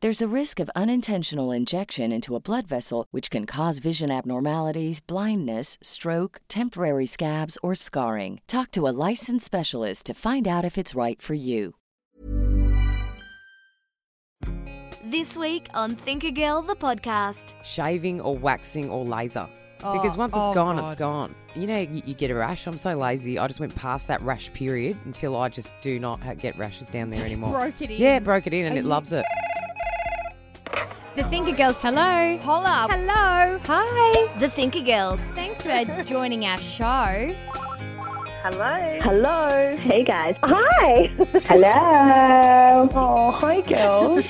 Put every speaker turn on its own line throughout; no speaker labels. There's a risk of unintentional injection into a blood vessel, which can cause vision abnormalities, blindness, stroke, temporary scabs, or scarring. Talk to a licensed specialist to find out if it's right for you.
This week on Think a Girl, the podcast.
shaving or waxing or laser.
Oh,
because once it's
oh
gone,
God.
it's gone. You know, you, you get a rash. I'm so lazy. I just went past that rash period until I just do not ha- get rashes down there anymore.
broke it in.
Yeah, broke it in and
And
it
you-
loves it.
The Thinker Girls. Hello.
Holla.
Hello.
Hi.
The Thinker Girls.
Thanks for joining our show.
Hello. Hey guys. Hi. Hello. Oh, hi girls.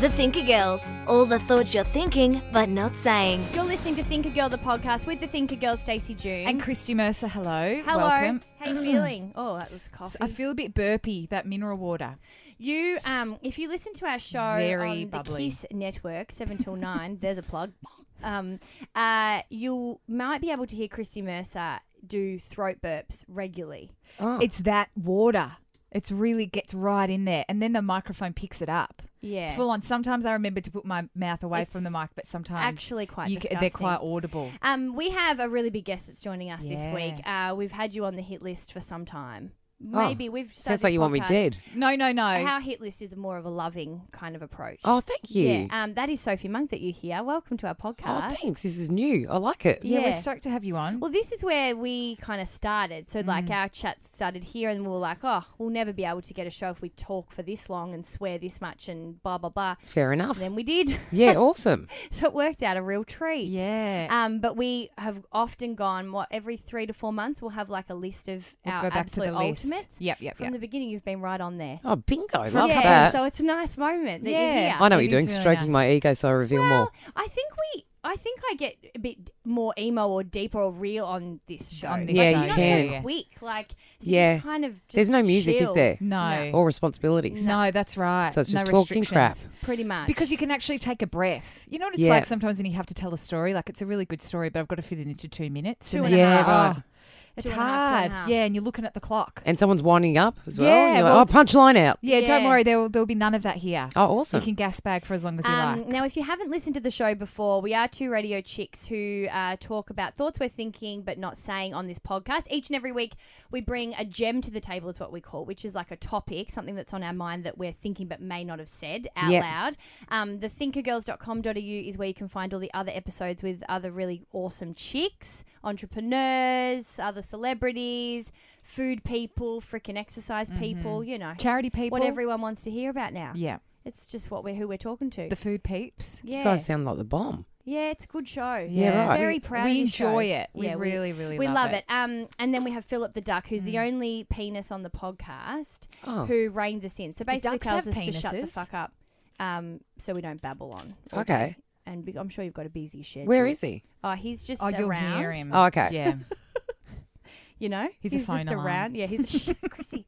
The Thinker Girls. All the thoughts you're thinking but not saying.
You're listening to Thinker Girl, the podcast with the Thinker Girl, Stacey June.
And Christy Mercer, hello.
Hello.
Welcome.
How you feeling? Oh, that was coffee.
I feel a bit burpy, that mineral water.
you, um, if you listen to our show
very
on
bubbly.
the Kiss Network, seven till nine. there's a plug. Um, uh, you might be able to hear Christy Mercer do throat burps regularly.
Oh.
It's that water. It's really gets right in there. And then the microphone picks it up.
Yeah.
It's full on. Sometimes I remember to put my mouth away from the
It's
mic, but sometimes
actually quite
ca- they're
disgusting.
quite audible.
Um, we have a really big guest that's joining us
Yeah.
this week. Uh, we've had you on the hit list for some time.
Oh,
Maybe we've started
Sounds like
this
you want me
podcast-
dead.
No, no, no.
Our hit list is more of a loving kind of approach.
Oh, thank you.
yeah. Um, that is Sophie Monk that you hear. Welcome to our
oh,
podcast.
thanks. This is new. I like it.
yeah,
yeah.
we're stoked to have you on.
Well, this is where we kind of started. So,
Mm.
like, our chat started here, and we were like, oh, we'll never be able to get a show if we talk for this long and swear this much and blah, blah, blah.
Fair
And
enough.
then we did.
Oh. Yeah, awesome.
so, it worked out a real treat.
yeah.
Um, but we have often gone what every three to four months we'll have like a list of
We'll
our
go back to
absolute
the list.
ultimates.
Yep, yep,
From
yep.
the beginning, you've been right on there.
Oh, bingo. Love
yeah,
that.
so it's a nice moment that
Yeah.
you're here.
I know what you're
It
doing.
is really
Stroking my
nice.
ego so I reveal
well,
more.
I think we, I think I get a bit more emo or deeper or real on this show.
On
Like,
this
Yeah,
it's
you
not
can.
So quick, like it's
Yeah.
just kind of. Just
There's no music,
chill,
is there?
no.
Or responsibilities.
No, that's right.
So it's
no
just talking crap.
restrictions.
Pretty much
Because you can actually take a breath. You know what it's
Yeah.
like sometimes when you have to tell a story? Like, it's a really good story, but I've got to fit it into two minutes.
Two
and
and a
then-
half. Yeah,
Oh,
right.
It's
Two and a half, two and
hard.
a half.
Yeah, and you're looking at the clock.
And someone's winding up as well.
Yeah,
You're
well,
like, oh, punchline out.
Yeah, don't
Yeah.
worry. There will, there will be none of that here.
Oh,
You
awesome.
can gas bag for as long as you
Um,
like.
Now, if you haven't listened to the show before, we are two radio chicks who uh, talk about thoughts we're thinking but not saying on this podcast. Each and every week, we bring a gem to the table, is what we call, which is like a topic, something that's on our mind that we're thinking but may not have said out
Yeah.
loud. Um, the thinkergirls.com.au is where you can find all the other episodes with other really awesome chicks, entrepreneurs, other celebrities, food people, freaking exercise people, you know.
Charity Mm-hmm. people.
What everyone wants to hear about now.
Yeah.
It's just what we're who we're talking to.
The food peeps.
yeah.
You guys sound like the bomb.
Yeah, it's a good show.
Yeah, right.
Very
We-
proud.
we
of the
enjoy
show.
it. We really, really
we love
love it. Mm.
it. Um, and then we have Philip the Duck, who's the only penis on the podcast,
Oh.
who reins us in. So basically
ducks
tells us
have
to shut the
penises?
fuck up, um, so we don't babble on. all
Okay.
day. And be- I'm sure you've got a busy schedule.
Where is he?
Oh, he's just
Oh, you'll
around.
hear him.
Oh, okay.
Yeah.
You know,
He's a
just
phone alarm.
around. Yeah, he's a Chrissy.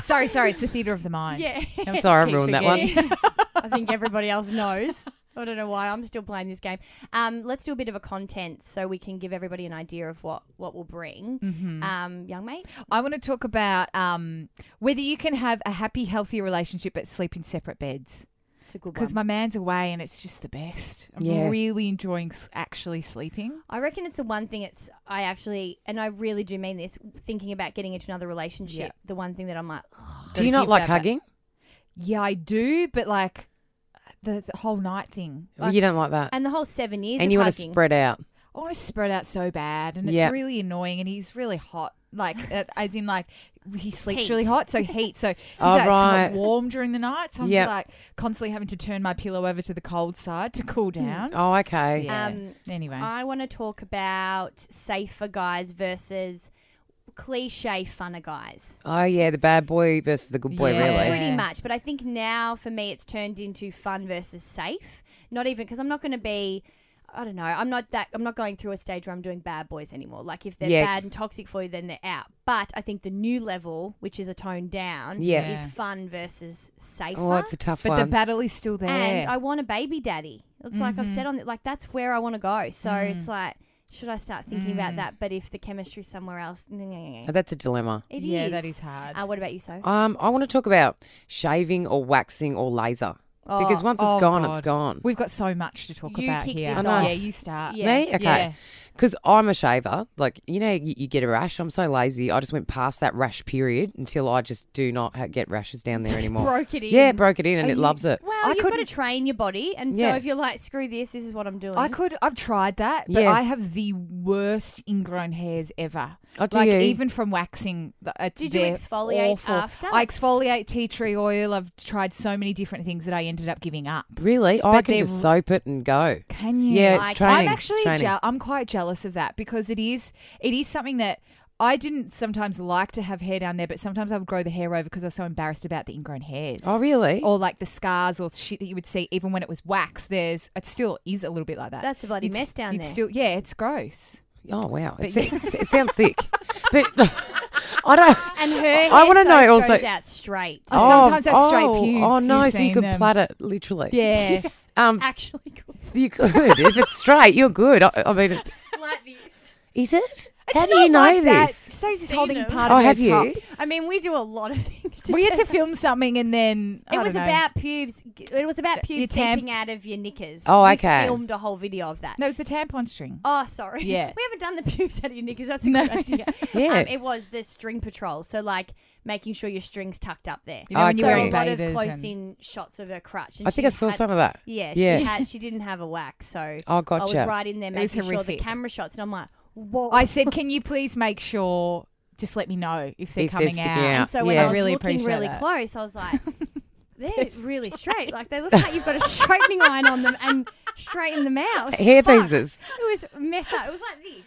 sorry, sorry. It's the theatre of the mind.
Yeah.
I'm
Sorry, I
keep
ruined that one.
forgetting.
I think everybody else knows. I don't know why I'm still playing this game. Um, let's do a bit of a content so we can give everybody an idea of what what we'll bring.
Mm.
Um, young mate,
Mm-hmm. I want to talk about um, whether you can have a happy, healthy relationship but sleep in separate beds.
it's a good
Because
one.
my man's away and it's just the best. I'm
Yeah.
really enjoying s- actually sleeping.
I reckon it's the one thing it's I actually and I really do mean this. Thinking about getting into another relationship,
Yeah.
the one thing that I'm like, "Ugh,
Do you
Gotta
not
give
like
that back.
hugging?
Yeah, I do, but like the, the whole night thing.
Well, you don't like that.
and the whole seven years
And
of
you want to
hugging.
spread out.
I want to spread out so bad, and
Yeah.
it's really annoying. And he's really hot, like uh, as in like he sleeps
Heat.
really hot, so heat. So he's
Oh,
like
right.
somewhat warm during the night. So I'm
Yep.
just like constantly having to turn my pillow over to the cold side to cool down.
Oh, okay.
Yeah.
Um,
anyway,
I want to talk about safer guys versus cliche funner guys.
Oh, yeah. The bad boy versus the good boy,
Yeah.
really.
Pretty much. But I think now for me, it's turned into fun versus safe. Not even because I'm not going to be. I don't know. I'm not that. I'm not going through a stage where I'm doing bad boys anymore. Like if they're
Yeah.
bad and toxic for you, then they're out. But I think the new level, which is a tone down,
Yeah.
is fun versus safer.
Oh, it's a tough
but
one.
the battle is still there.
and I want a baby daddy. It's like
Mm-hmm.
I've said on it. Like that's where I want to go. So
Mm.
it's like, should I start thinking about that? But if the chemistry's somewhere else,
Oh, that's a dilemma.
it is.
yeah, that is hard.
Uh, what about you, so?
Um, I want to talk about shaving or waxing or laser because once it's
oh,
gone, it's
God.
gone.
We've got so much to talk
You
about
kick
here.
this
I know. off.
Yeah, you start.
Yeah.
Me?
Yeah.
Okay. Because I'm a shaver. Like, you know, you, you get a rash. I'm so lazy. I just went past that rash period until I just do not ha- get rashes down there anymore.
Broke it in.
Yeah, it broke it in and it
you-
loves it.
Well,
I
you've got to
couldn't-
train your body, and
Yeah.
so if you're like, screw this, this is what I'm doing.
I could. I've tried that, but
Yeah.
I have the worst ingrown hairs ever.
Oh, do
like
you?
even from waxing. th- It's,
Did you
they're
exfoliate
awful.
after?
I exfoliate tea tree oil. I've tried so many different things that I ended up giving up.
Really? Oh, I
But
can
they're-
just soap it and go.
Can you?
Yeah, it's
Like-
training.
I'm
It's
actually.
training.
Je- I'm quite jealous of that because it is. It is something that. I didn't sometimes like to have hair down there, but sometimes I would grow the hair over because I was so embarrassed about the ingrown hairs.
Oh, really?
Or like the scars or shit that you would see even when it was wax. There's it still is a little bit like that.
That's a bloody
It's-
mess down
it's
there.
Still, yeah, it's gross.
Oh, wow. It,
But
sa- it sounds thick. But I don't.
and her
I wanna know also-
goes out straight.
Oh, sometimes I straight
oh,
pubes,
Oh,
you've
no. So you
seen
could
them.
plait it literally.
Yeah.
Um,
Actually, cool.
you could. if it's straight, you're good. I, I mean,
like this.
is it?
It's
How do
not
you know
like that.
this?
Susie's
Seen
holding
them.
part
Oh,
of her
have you?
top.
I mean, we do a lot of things. Together.
We had to film something and then I
It was
don't know.
about pubes. It was about
Your
pubes
tam-
tamping out of your knickers.
Oh,
We
okay.
filmed a whole video of that.
no, it was the tampon string.
Oh, sorry.
Yeah.
we haven't done the pubes out of your knickers. That's a
No.
good idea.
Yeah.
Um, it was the string patrol. So like making sure your string's tucked up there.
You know, when you're
so
Okay.
a
wearing
lot of
bathers
close
and-
in shots of her crutch. And
I think I
she
saw
had-
some of that.
Yeah,
Yeah.
she had. She didn't have a wax, so
Oh,
I was
gotcha.
right in there
It was
making sure the
horrific.
camera shots, and I'm like, whoa.
I said, "Can you please make sure? Just let me know if they're
If they're
coming
sticking
out."
out.
and so when
Yeah.
I was
Really
looking
appreciate
really
that.
close, I was like, they're really straight. Like they look like you've got a straightening line on them and straighten them out.
Hair
Fuck.
pieces.
It was mess up. It was like this.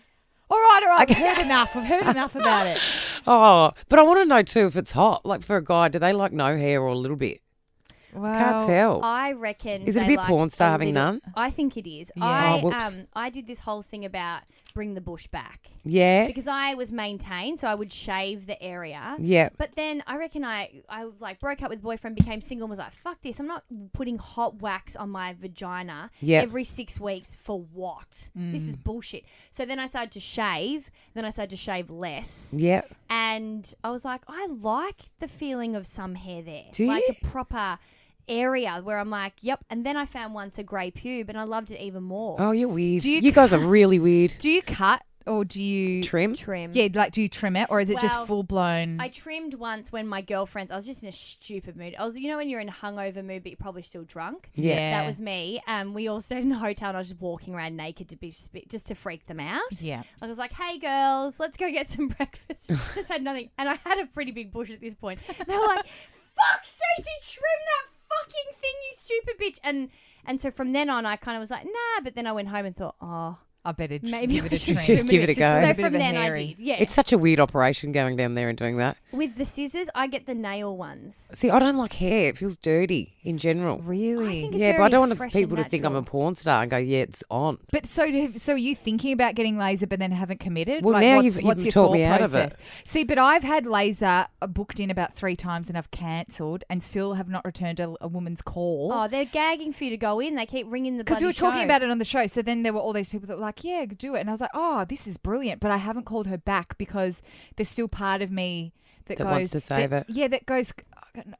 All right, all right. I've heard enough. I've heard enough about it.
Oh, but I want to know too if it's hot. Like for a guy, do they like no hair or a little bit? Can't
Well,
tell.
I reckon.
Oh. Is it a
they
bit
like
porn star
a
having
little-
none?
I think it is.
Yeah.
I
Oh, whoops.
um I did this whole thing about bring the bush back
yeah.
because I was maintained, so I would shave the area.
Yeah.
But then I reckon I I like broke up with boyfriend, became single, and was like, fuck this. I'm not putting hot wax on my vagina
Yep. Mm.
every six weeks for what? This is bullshit. So then I started to shave. Then I started to shave less,
Yeah.
and I was like, I like the feeling of some hair there,
Do
like
you?
a proper area where I'm like, yep. And then I found once a grey pube, and I loved it even more.
Oh, you're weird.
Do
you,
you-
guys are really weird.
do you cut or do you
Trim.
Trim.
Yeah, like do you trim it or is it
Well,
just full blown?
I trimmed once when my girlfriends. I was just in a stupid mood. I was, you know, when you're in a hungover mood, but you're probably still drunk.
Yeah.
That was me. Um, we all stayed in a hotel, and I was just walking around naked to be just to freak them out.
Yeah.
I was like, "Hey girls, let's go get some breakfast." just had nothing, and I had a pretty big bush at this point. And they were like, "Fuck, Stacey, trim that fucking thing, you stupid bitch!" And and so from then on, I kind of was like, "Nah," but then I went home and thought, "Oh."
I better tr-
Maybe
give
I
it a
should
trim.
give it a
Just
go.
a
So
bit
from
of a
then I
hairy.
did, yeah.
It's such a weird operation going down there and doing that.
With the scissors, I get the nail ones.
See, I don't like hair. It feels dirty in general.
Really?
think it's
Yeah, but I
very
don't want
fresh
people to
and
think I'm a
natural.
porn star and go, yeah, it's on.
But so, do, so are you thinking about getting laser, but then haven't committed?
Well,
like,
now
what's,
you've-
what's
you've
your
talked me out
thought
of it.
process? See, but I've had laser uh, booked in about three times, and I've cancelled, and still have not returned a, a woman's call.
Oh, they're gagging for you to go in. They keep ringing the
Because we were
bloody
talking
show.
about it on the show, so then there were all these people that were like, "Yeah, do it," and I was like, "Oh, this is brilliant," but I haven't called her back because there's still part of me that,
That
goes
wants to save
that-
it.
Yeah, that goes.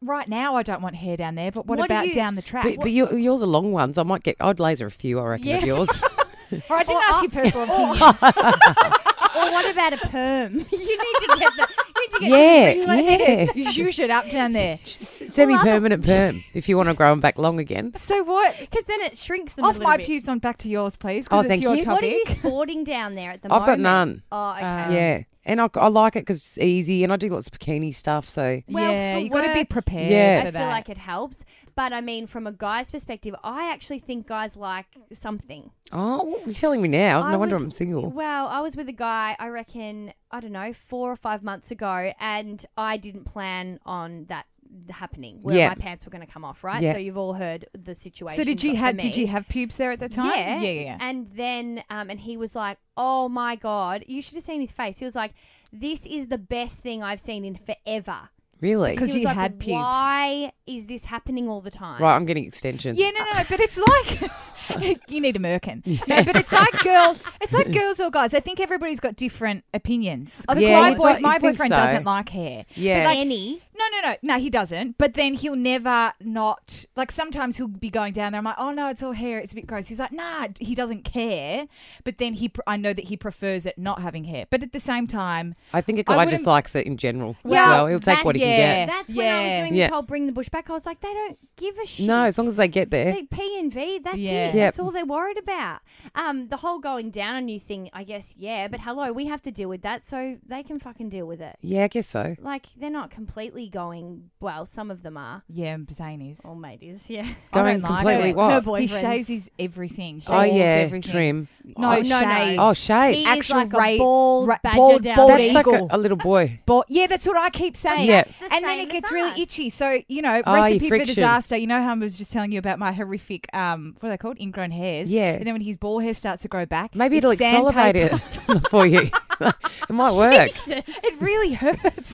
Right now, I don't want hair down there, but what,
What do
about
you-
down the track?
But, but your, yours are long ones. I might get, I'd laser a few, I reckon, of yours.
All right, I didn't
Or
ask
up-
your personal opinion.
Oh,
Or Oh, what about a perm? you need to get the. You need to get
yeah.
the ring lights.
Yeah.
You shoot it up down there.
semi permanent perm if you want to grow them back long again.
So what?
Because then it shrinks them a
Off
little
my
bit.
pubes on back to yours, please,
Oh,
because it's
thank
your
you.
What are
topic.
you sporting down there at the
I've got none.
moment? Oh,
Um.
okay.
yeah, and I, I like it because it's easy, and I do lots of bikini stuff. So
Well,
yeah,
for
you got to be
work,
prepared
Yeah.
I
for
feel
that.
like it helps. But I mean, from a guy's perspective, I actually think guys like something.
oh, what are you telling me now?
I
no wonder
was-
I'm single.
Well, I was with a guy, I reckon, I don't know, four or five months ago, and I didn't plan on that happening where
Yeah.
my pants were going to come off, right?
Yeah.
So you've all heard the situation.
so did you
for
have did
me.
you have pubes there at the time?
Yeah.
yeah, yeah.
And then, um, and he was like, "Oh my god!" You should have seen his face. He was like, "This is the best thing I've seen in forever."
Really?
Because
He was
you
like,
had pubes.
Why is this happening all the time?
Right, I'm getting extensions.
Yeah, no, no, no, but it's like you need a merkin. No, but it's like girl, it's like girls or guys. I think everybody's got different opinions. 'Cause
Yeah,
my,
you'd
boy,
like-
my
you'd think
boyfriend
so.
doesn't like hair.
Yeah.
But like,
Any?
No, no, no, no. He doesn't. But then he'll never not like. Sometimes he'll be going down there. I'm like, oh no, it's all hair. It's a bit gross. He's like, nah. He doesn't care. But then he, pr- I know that he prefers it not having hair. But at the same time,
I think a
I
guy just
wouldn't-
likes it in general
Well,
as well. He'll take
that-
what he
yeah.
can
That's when I
Yeah.
was doing
Yeah.
this whole bring the bush back. I was like, they don't give a
get.
shit.
No, as long as they get there.
They P and V, that's
Yeah.
Yep.
it. That's all they're worried about. Um, the whole going down on you thing, I guess, yeah. But hello, we have to deal with that, so they can fucking deal with it.
Yeah, I guess so.
Like they're not completely going. Well, some of them are.
yeah, Zane is.
All mateys, yeah.
I
Oh, Going
don't like
completely
it.
what?
Her
He
boyfriends.
shaves his everything.
oh
shaves
yeah,
everything.
trim.
No,
Oh,
shaves.
no, no.
Oh, shape.
He is
Actual
like
ra-
a bald
ra-
badger
bald-
down
bald
there.
That's like a,
eagle.
a little boy.
But yeah, that's what I keep saying.
Yeah.
the
and then
same
it
as
gets
us.
really itchy. So you know,
Oh, your
recipe for
friction.
disaster. You know how I was just telling you about my horrific, um, what are they called, ingrown hairs.
Yeah.
And then when his ball hair starts to grow back,
Maybe
it's
it'll accelerate
sandpaper.
it for you. it might work.
it really hurts.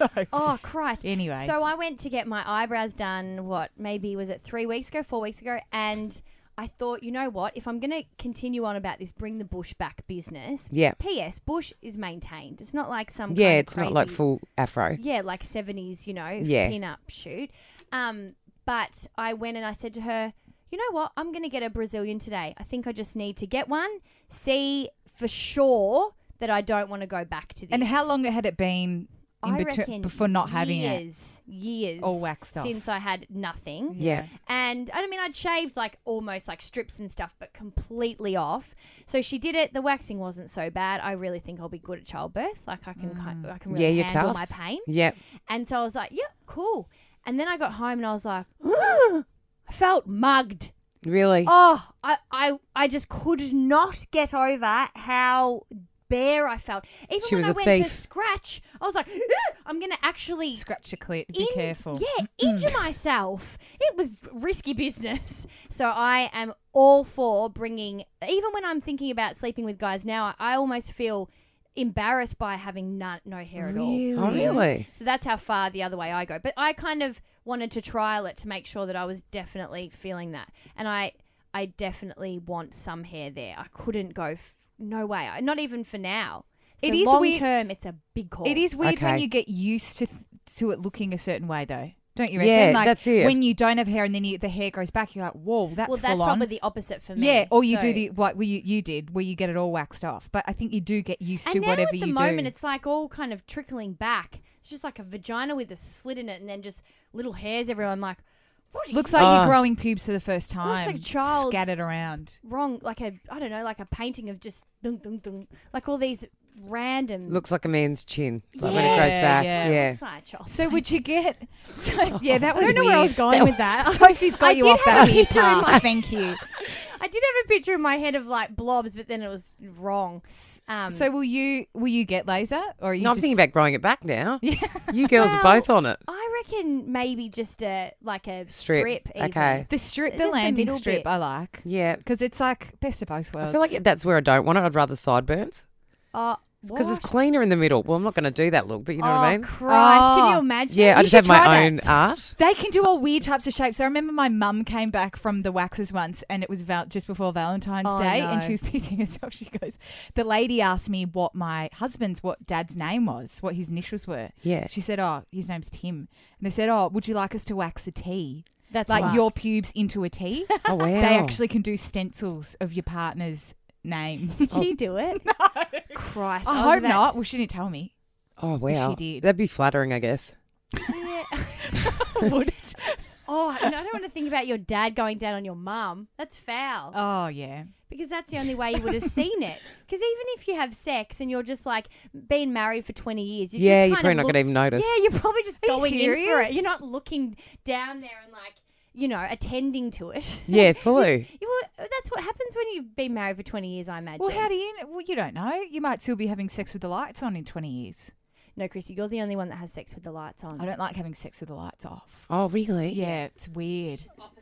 Oh Christ!
Anyway.
so I went to get my eyebrows done. What maybe was it three weeks ago, four weeks ago, and I thought, you know what? If I'm going to continue on about this, bring the bush back business.
Yeah.
P.S. Bush is maintained. It's not like some.
Yeah,
kind of
it's not like
crazy-
full afro.
Yeah, like seventies, you know,
Yeah.
pin up shoot. Um, but I went and I said to her, you know what? I'm gonna get a Brazilian today. I think I just need to get one. See for sure that I don't want to go back to this.
And how long had it been in
I
between
reckon
before not having it?
years, years,
All waxed off.
since I had nothing.
Yeah.
And I don't mean, I'd shaved like almost like strips and stuff, but completely off. So she did it. The waxing wasn't so bad. I really think I'll be good at childbirth. Like I can,
Mm.
kind I can really
Yeah, you're
handle
tough.
my pain.
Yeah.
And so I was like, yeah, cool. And then I got home and I was like, I felt mugged.
Really?
Oh, I, I, I just could not get over how bare I felt. Even
She
when
was
I
a
went to
thief.
scratch, I was like, I'm going to actually
Scratch your clit. Be
in-
careful.
Yeah, injure myself. It was risky business. So I am all for bringing, even when I'm thinking about sleeping with guys now, I, I almost feel embarrassed by having none, no hair at all.
Oh, really?
So that's how far the other way I go. But I kind of wanted to trial it to make sure that I was definitely feeling that. And I I definitely want some hair there. I couldn't go f- no way. I, not even for now. So
It is
long
weird-
term it's a big call.
It is weird when
Okay.
you get used to th- to it looking a certain way, though. Don't you reckon?
Yeah,
like,
that's it.
When you don't have hair and then you, the hair grows back, you're like, whoa, that's
Well, that's
full on.
probably the opposite for me.
Yeah, or you
So-
do the what you you did where you get it all waxed off. But I think you do get used to
and now
whatever
at the
you
moment,
do.
it's like all kind of trickling back. It's just like a vagina with a slit in it, and then just little hairs everywhere. I'm like, what?
looks
like
like
Ah.
you're growing pubes for the first time.
like a child's-
scattered around.
wrong, like a I don't know, like a painting of just dun, dun, dun, like all these random.
Looks like a man's chin like when it grows
Yeah,
back.
yeah.
Yeah.
It's like a child.
So would you get? So yeah, that
Oh, I
was
don't know
weird.
where I was going with that.
Sophie's
I
got you
did
off
have
that
a
weird
picture in
path.
my-
Thank you.
I did have a picture in my head of like blobs, but then it was wrong. Um,
So will you will you get laser or are you?
No, I'm
just-
thinking about growing it back now.
Yeah.
You girls
Well,
are both on it.
I reckon maybe just a like a
Strip.
strip. even.
Okay.
the strip, the
Just the
landing
middle
strip.
bit.
I like
Yeah.
because it's like best of both worlds.
I feel like that's where I don't want it. I'd rather sideburns
Oh,
because it's
what?
cleaner in the middle. Well, I'm not going to do that look, but you know
oh,
what I mean?
Christ! Can you
Oh.
imagine?
yeah, I
You
just
should
have
try
my
that.
own art.
They can do all weird types of shapes. I remember my mum came back from the waxes once, and it was val- just before Valentine's
Oh,
Day, and
no.
she was pissing herself. She goes, "The lady asked me what my husband's, what dad's name was, what his initials were."
Yeah.
She said, "Oh, his name's Tim," and they said, "Oh, would you like us to wax a T,
That's
like
fucked.
your pubes into a T?"
Oh wow.
They actually can do stencils of your partner's name.
Did she do it? no. Christ! Oh,
I
was
hope
about
not.
to
Well, she didn't tell me.
Oh
she
wow.
did.
That'd be flattering, I guess.
say it.
Would it?
Oh, and I don't want to think about your dad going down on your mum. That's foul.
Oh yeah.
Because that's the only way you would have seen it. Because even if you have sex and you're just like being married for 20 years, you
yeah,
just
you're
kind
probably
of
not
look-
going to even notice.
Yeah, you're probably just
Are you
going in for it.
serious?
You're not looking down there and like, you know, attending to it.
Yeah, fully.
You will- that's what happens when you've been married for 20 years, I imagine.
Well, how do you? kn- Well, you don't know. You might still be having sex with the lights on in twenty years.
No, Chrissy, you're the only one that has sex with the lights on.
I don't like having sex with the lights off.
Oh really?
Yeah, it's weird.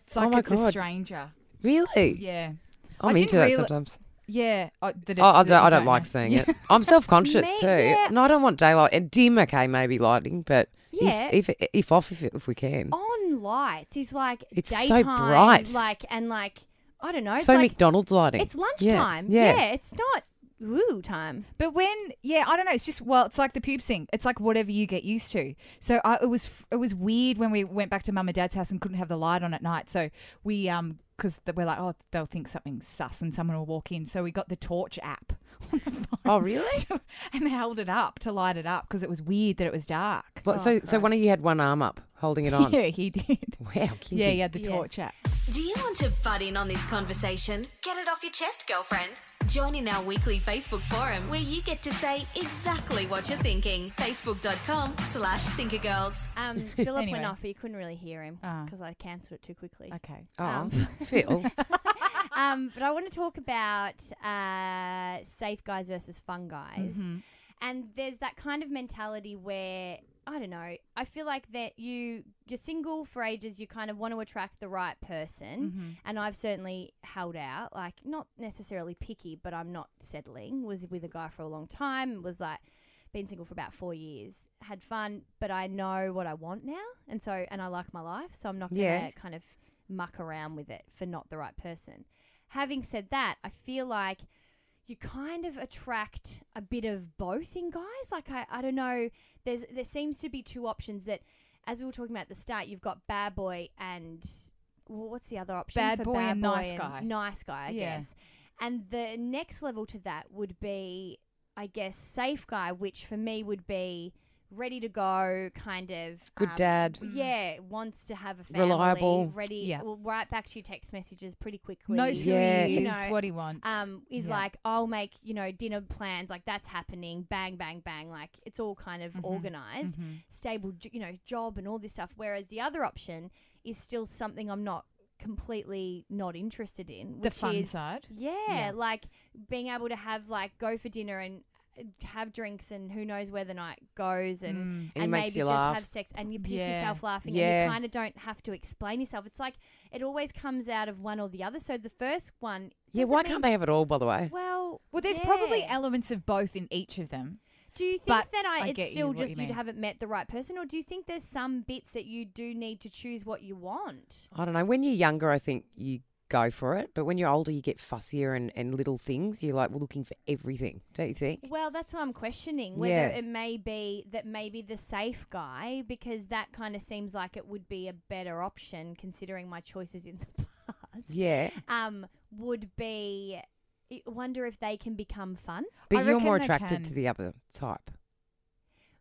It's
Oh
like
my
it's a
God.
stranger.
Really?
Yeah.
I'm
I
into
didn't
that
reali-
sometimes.
Yeah. I, that
Oh, I
it's-
don't, I don't
know.
like seeing
Yeah.
it. I'm self conscious
Me-
too.
yeah.
No, I don't want daylight and dim. Okay, maybe lighting, but
Yeah. Oh,
if, if if off if, if we can.
On lights is like
It's so
daytime,
bright.
like and like I don't know. It's
so
like,
McDonald's lighting.
It's
Yeah,
lunchtime. Yeah,
Yeah.
it's not woo time.
But when, yeah, I don't know. It's just well, it's like the pubes thing. It's like whatever you get used to. So I, it was f- it was weird when we went back to mum and dad's house and couldn't have the light on at night. So we um because we're like, oh, they'll think something's sus and someone will walk in. So we got the torch app. on the phone
Oh, really?
and held it up to light it up because it was weird that it was dark.
Well, so so one of you had one arm up, holding it on.
Yeah, he did.
Wow. Kinky.
Yeah, he had the
Yeah.
torch app.
Do you want to butt in on this conversation? Get it off your chest, girlfriend. Join in our weekly Facebook forum where you get to say exactly what you're thinking. Facebook.com slash thinkergirls.
Um, Philip
Anyway.
went off, but you couldn't really hear him
Ah.
because I cancelled it too quickly.
Okay.
Oh,
Um,
Phil.
um, but I want to talk about uh, safe guys versus fun guys. And there's that kind of mentality where I don't know. I feel like that you you're single for ages. You kind of want to attract the right person. And I've certainly held out, like not necessarily picky, but I'm not settling. Was with a guy for a long time. Was like been single for about four years. Had fun, but I know what I want now, and so and I like my life. So I'm not gonna
Yeah.
kind of muck around with it for not the right person. Having said that, I feel like you kind of attract a bit of both in guys. Like I, I don't know. There's there seems to be two options that, as we were talking about at the start, you've got bad boy and well, what's the other option?
Bad
for
boy and nice guy.
Nice guy, I
Yeah.
guess. And the next level to that would be, I guess, safe guy, which for me would be ready to go, kind of um,
Good dad.
Yeah, wants to have a family,
Reliable.
ready.
Yeah.
Will write back to your text messages pretty quickly.
No two
Yeah,
is
you know,
what he wants.
um, is
Yeah.
like I'll make you know dinner plans like that's happening bang bang bang like it's all kind
Mm-hmm.
of organized stable j- you know job and all this stuff whereas the other option is still something I'm not completely not interested in
the
which
fun
is,
side.
yeah,
Yeah.
like being able to have like go for dinner and uh, have drinks and who knows where the night goes and
And it
maybe
makes you
just
laugh.
have sex and you piss
Yeah.
yourself laughing
Yeah.
and you kind of don't have to explain yourself. It's like it always comes out of one or the other. So the first one,
yeah.
doesn't
Why
mean-
can't they have it all? By the way.
Well,
Well, there's probably
yeah.
elements of both in each of them.
Do you think
but
that I,
I get
it's
you,
still
what
just
you
you
mean.
haven't met the right person, or do you think there's some bits that you do need to choose what you want?
I don't know. When you're younger, I think you go for it, but when you're older, you get fussier and, and little things. You're like looking for everything, don't you think?
Well, that's what I'm questioning. Whether
Yeah.
it may be that maybe the safe guy, because that kind of seems like it would be a better option considering my choices in the past.
Yeah,
Um, would be. I Wonder if they can become fun.
but
I
you're more
reckon they
attracted to
can.
the other type.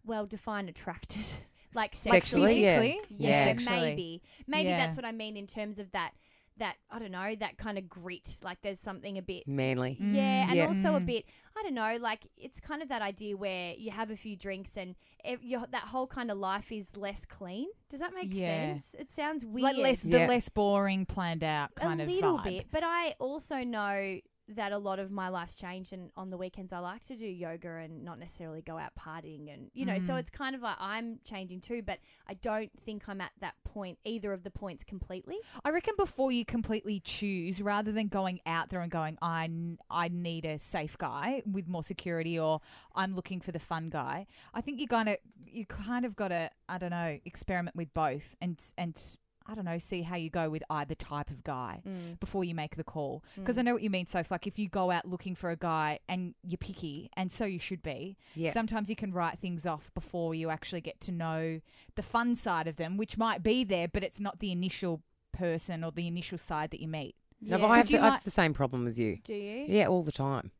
Well, define attracted, like
Like
sexually.
yeah.
physically and
Yeah,
Yeah.
sexually.
maybe, maybe
Yeah.
that's what I mean in terms of that. That I don't know. That kind of grit. Like there's something a bit.
Manly.
Yeah, and
Yeah.
also a
Mm.
bit. I I don't know, like it's kind of that idea where you have a few drinks and ev- your, that whole kind of life is less clean. Does that make
Yeah.
sense? It sounds weird.
Like less
Yeah.
the less boring, planned out kind
a
of
little
vibe.
bit, but I also know that a lot of my life's changed, and on the weekends I like to do yoga and not necessarily go out partying, and you know, so
Mm.
it's kind of like I'm changing too, but I don't think I'm at that point either of the points completely.
I reckon before you completely choose, rather than going out there and going, I, n- I need a safe guy with more security, or I'm looking for the fun guy. I think you kind of you kind of got to I don't know experiment with both and s- and s- I don't know see how you go with either type of guy before you make the call. Because I know what you mean, Soph. Like if you go out looking for a guy and you're picky, and so you should be.
Yeah.
Sometimes you can write things off before you actually get to know the fun side of them, which might be there, but it's not the initial person or the initial side that you meet.
No, but I have,
'Cause
the,
you
I have
might-
the same problem as you.
Do you?
Yeah, all the time.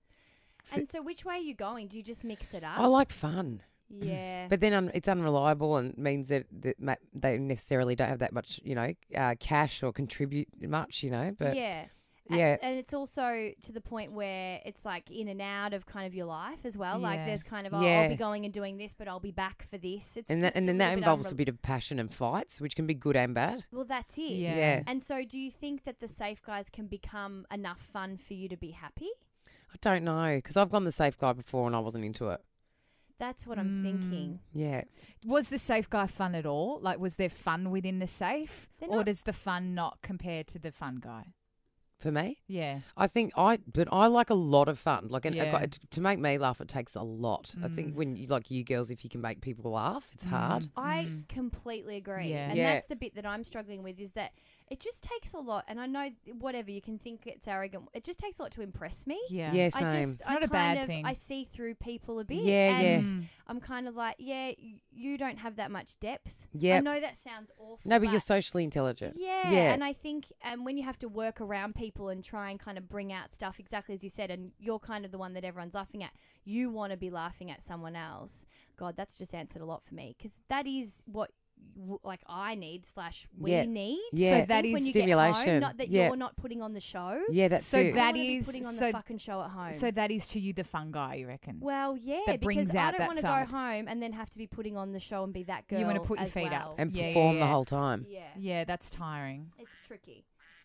And so, which way are you going? Do you just mix it up?
I like fun,
Ah. yeah.
but then un- it's unreliable and means that, that ma- they necessarily don't have that much, you know, uh, cash or contribute much, you know. But
yeah. A-
yeah.
And it's also to the point where it's like in and out of kind of your life as well. Like
Yeah.
there's kind of, oh, I'll
Yeah.
be going and doing this, but I'll be back for this. It's
and that,
just
and
a
then that
little
involves
unrel-
a bit of passion and fights, which can be good and bad.
Well, that's it.
Yeah.
yeah.
And so, do you think that the safe guys can become enough fun for you to be happy?
I don't know because I've gone the safe guy before and I wasn't into it.
That's what I'm thinking.
Yeah,
Was the safe guy fun at all? Like, was there fun within the safe,
They're
or
not-
does the fun not compare to the fun guy?
for me,
Yeah.
I think I but I like a lot of fun. Like and uh,
Yeah.
to, to make me laugh, it takes a lot. I
Mm.
think when you like you girls, if you can make people laugh, it's hard.
I completely agree.
Yeah.
And
Mm. Yeah.
that's the bit that I'm struggling with is that it just takes a lot. And I know, whatever, you can think it's arrogant. It just takes a lot to impress me.
Yeah.
Yeah, same.
I just,
It's
I
not a
kind
bad
of,
thing.
I see through people a bit.
Yeah, yeah.
and I'm kind of like, yeah, y- you don't have that much depth. I
Yep.
know that sounds awful.
no, but you're socially intelligent.
Yeah, and I think um, when you have to work around people and try and kind of bring out stuff exactly as you said, and you're kind of the one that everyone's laughing at, you want to be laughing at someone else. God, that's just answered a lot for me because that is what w- like I need slash we
Yeah.
need.
Yeah.
I
So that
think
is
when you get home,
stimulation.
not that
Yeah.
you're not putting on the show.
yeah, that's
So
it.
I
That
wanna be
is-
putting on
so-
the fucking show at home.
So that is to you the fun guy, you reckon?
well, yeah,
that brings
because
out
I
that
don't want to
side.
go home and then have to be putting on the show and be that girl.
You wanna put your
as
feet
well.
up.
and
Yeah, yeah,
perform the
yeah.
whole time.
Yeah.
yeah, that's tiring.
it's tricky.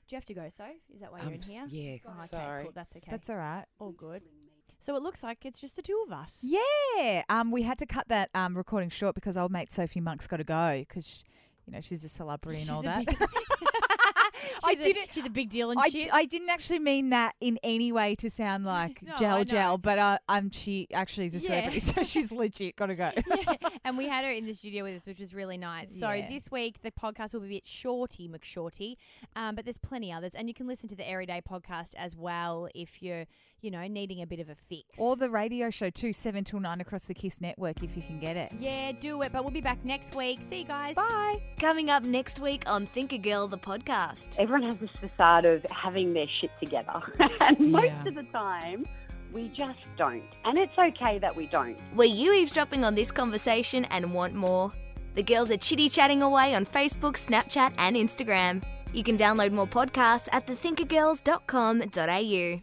Do you have to go, so? Is that why
Um,
you're in
s-
here?
yeah,
Oh, okay,
sorry.
cool. That's okay.
That's all right.
All good. So it looks like it's just the two of us.
Yeah. Um, we had to cut that um, recording short because old mate Sophie Monk's got to go because, you know, she's a celebrity and all
a
that.
big-
I
She's a-
didn't.
she's a big deal and
I,
shit.
d- I didn't actually mean that in any way to sound like
No, I
gel
know.
gel, but uh, um, she actually is a
Yeah.
celebrity, so she's legit got to go.
and we had her in the studio with us, which was really nice. So
Yeah.
this week the podcast will be a bit shorty, McShorty, um, but there's plenty others, and you can listen to the Everyday podcast as well if you're, you know, needing a bit of a fix.
or the radio show too, seven till nine across the Kiss Network, if you can get it.
yeah, do it. But we'll be back next week. See you guys.
Bye.
Coming up next week on Think a Girl, the podcast.
Everyone has this facade of having their shit together. and
Yeah.
most of the time, we just don't. And it's okay that we don't.
Were you eavesdropping on this conversation and want more? The girls are chitty chatting away on Facebook, Snapchat, and Instagram. You can download more podcasts at thethinkergirls.com.au.